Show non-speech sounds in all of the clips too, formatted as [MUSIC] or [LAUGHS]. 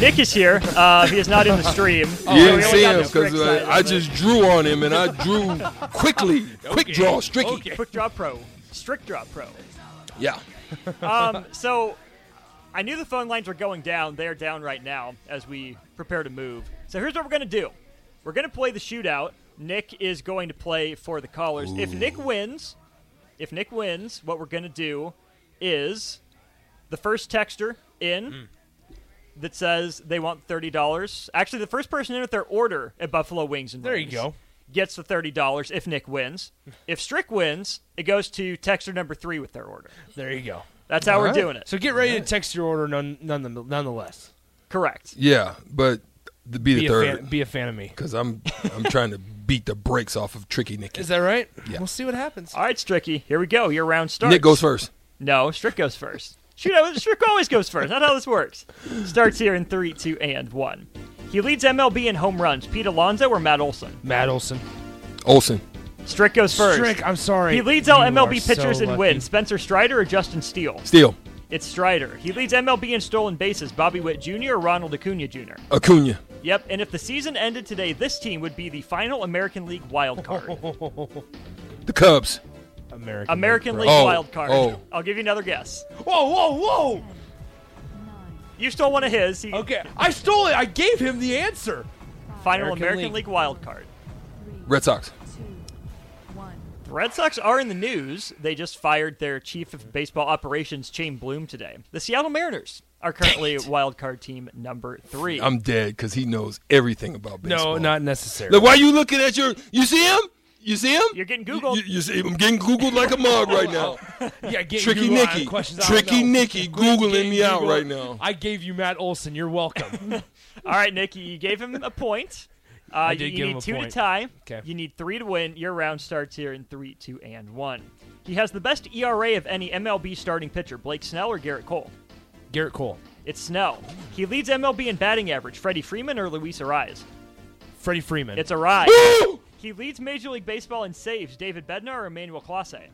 Nick is here. Uh, he is not in the stream. Oh, You we didn't only see got him the Strick because side of I, I it. just drew on him and I [LAUGHS] drew quickly. Quick draw, Stricky. quick drop pro, strict drop pro. Yeah. Um, so I knew the phone lines were going down. They are down right now as we prepare to move. So here's what we're gonna do. We're gonna play the shootout. Nick is going to play for the callers. If Nick wins, if Nick wins, what we're gonna do is the first texter in. Hmm. That says they want thirty dollars. Actually, the first person in with their order at Buffalo Wings and There you Rings go. gets the thirty dollars if Nick [LAUGHS] wins. If Strick wins, it goes to texter number three with their order. There you go. That's how we're right. doing it. So get ready to text your order none, none, nonetheless. Correct. Yeah, but th- be the Be a, fan, third be a fan of me. because I'm I'm trying to beat the brakes off of Tricky Nicky. Is that right? We'll see what happens. All right, Stricky, here we go. Your round starts. Nick goes first. No, Strick goes first. Shoot, I- Strick always goes first. That's how this works. Starts here in three, two, and one. He leads MLB in home runs. Pete Alonso or Matt Olson? Matt Olson. Olson, Strick goes first. Strick, I'm sorry. He leads all You MLB are so pitchers in lucky. wins. Spencer Strider or Justin Steele? Steele, It's Strider. He leads MLB in stolen bases. Bobby Witt Jr. or Ronald Acuna Jr.? Acuna, Yep, and if the season ended today, this team would be the final American League wild [LAUGHS] card. the Cubs. American. American League Oh, wild card. oh. I'll give you another guess. Whoa, whoa, whoa! You stole one of his. He, Okay, I stole it. I gave him the answer. Final American, American League. League. wild card. Red Sox. The Red Sox are in the news. They just fired their chief of baseball operations, Shane Bloom, today. The Seattle Mariners are currently wild card team number three. I'm dead because he knows everything about baseball. No, not necessary. Look, why you looking at your? You see him? You see him? You're getting Googled. You, you see? I'm getting googled like a [LAUGHS] mug Oh, right now. yeah, get Tricky Google on Nicky. uh, questions I don't Tricky know. Nicky googling me Get out Google. right now. I gave you Matt Olson. You're welcome. All right, Nicky, you gave him a point. Uh, [LAUGHS] I did you give need him a two point. to tie. Okay. You need three to win. Your round starts here in three, two, and one. He has the best ERA of any MLB starting pitcher, Blake Snell or Garrett Cole. Garrett Cole, It's Snell. He leads MLB in batting average. Freddie Freeman or Luis Ariz? Freddie Freeman. It's Ariz. He leads Major League Baseball in saves. David Bednar or Emmanuel Clase?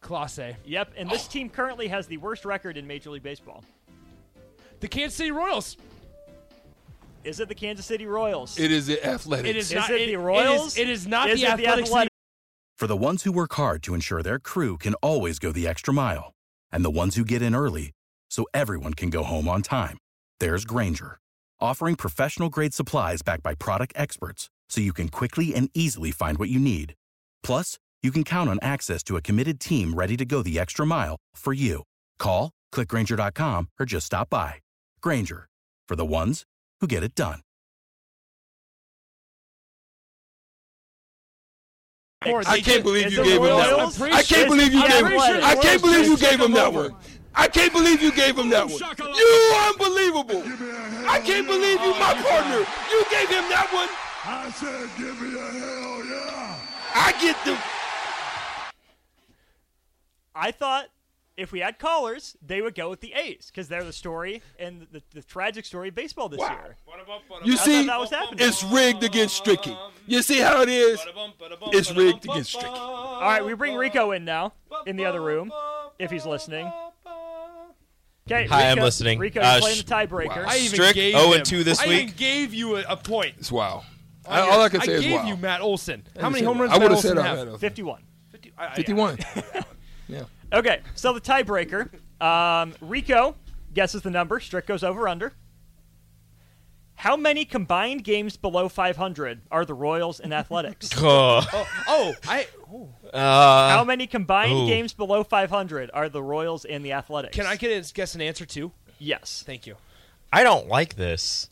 Classe. Yep. And this team currently has the worst record in Major League Baseball. The Kansas City Royals. Is it the Kansas City Royals? It is the athletics. It is, Is not it the it, Royals? It is, it is not Is the it the Athletics. Athletic- For the ones who work hard to ensure their crew can always go the extra mile, and the ones who get in early so everyone can go home on time, there's Granger, offering professional grade supplies backed by product experts so you can quickly and easily find what you need. Plus, you can count on access to a committed team ready to go the extra mile for you. Call, clickgranger.com, or just stop by. Granger, for the ones who get it done. Or I they can't just- believe is you it gave him that Royals? one. I'm I can't pretty believe you sure- gave I'm him. pretty sure I can't Royals believe you just gave took him that over. one. I can't believe you gave him that one. You unbelievable. I can't believe you, my partner. You gave him that one. I said, give me a hell yeah. I get the. I thought if we had callers, they would go with the A's because they're the story and the, the tragic story of baseball this year. You I see, thought that was happening. it's rigged against Stricky. You see how it is? It's rigged against Strick. All right, we bring Rico in now in the other room if he's listening. Okay, Hi, I'm Rico- listening. Rico, you're Uh, playing sh- the tiebreaker. I even Strick, gave 0 and him- 2 this I week. even gave you a, a point. It's wow. on I- your- all I can say is Oh, gave wow. you Matt Olson. I How many said home that. runs I Matt would've said Olson I have? had a- 51. 51. Okay, so the tiebreaker. Um, Rico guesses the number. Strick goes over under. How many combined games below 500 are the Royals in athletics? [LAUGHS] [LAUGHS] Oh, Oh, I uh, How many combined ooh. games below 500 are the Royals in the athletics? can I get a, guess an answer too? Yes. Thank you. I don't like this.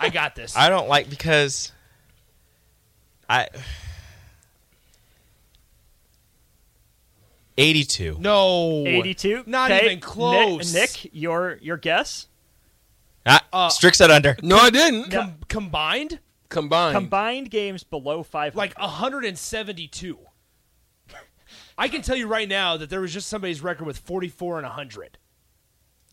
I got this. I don't like because I 82. [LAUGHS] no. 82. Not Okay, even Nick- close. Nick, your your guess? Ah, Uh, Strick said under. No, I didn't. Com- combined Combined. Combined games below 500. like 172. [LAUGHS] I can tell you right now that there was just somebody's record with 44 and 100.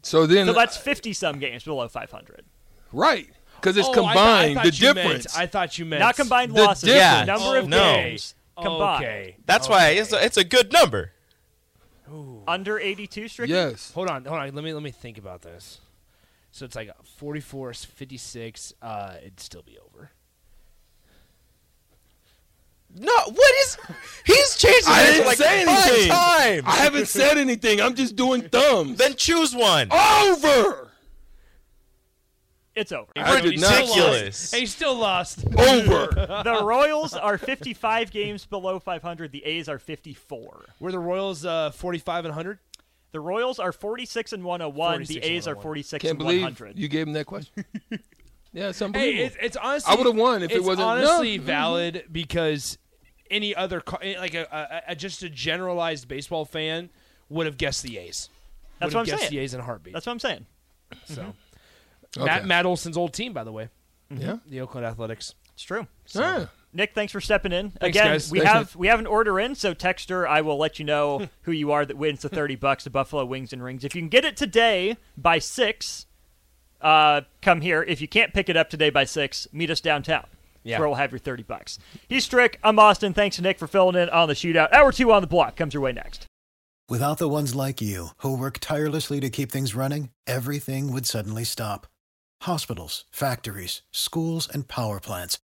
so then, so that's 50 some games below 500. right. Because it's Oh, I thought- I combined. thought the you meant- difference. I thought you meant Not combined The losses. difference. Number of No. games combined. Okay. That's why it's a, it's a good number. Under 82, Strick? yes. Hold on, hold on. Let me let me think about this. So it's like 44, 56. Uh, it'd still be over. No, what is He's changing I it didn't like say five anything. times. I haven't said anything. I'm just doing thumbs. Then choose one. Over. It's over. I did not Ridiculous. Hey, you still lost. Oh. Over. The Royals are 55 games below 500. The A's are 54. [LAUGHS] Were the Royals uh, 45 and 100? The Royals are 46 and 101. The 46 and A's are 101. 46 Can't and believe 100. you gave him that [LAUGHS] question. yeah, it's Hey, unbelievable. it's, it's honestly. I would've won if it it's wasn't- honestly No. valid because any other co- eh, like a, a, a just a generalized baseball fan would have guessed the A's. That's what Would have I'm guessed saying. The A's in a heartbeat. That's what I'm saying. so mhm. Okay. Matt Matt Olson's old team, by the way, Yeah. the Oakland Athletics. It's true. Yeah. Nick, thanks for stepping in. Again, guys. we Thanks, have we have an order in, so texter, I will let you know [LAUGHS] who you are that wins the 30 bucks of Buffalo Wings and Rings. If you can get it today by 6, uh, come here. If you can't pick it up today by 6, meet us downtown. Yeah. Where we'll have your 30 bucks. He's Strick. I'm Austin. Thanks to Nick for filling in on the shootout. Hour 2 on the block comes your way next. Without the ones like you, who work tirelessly to keep things running, everything would suddenly stop. Hospitals, factories, schools, and power plants,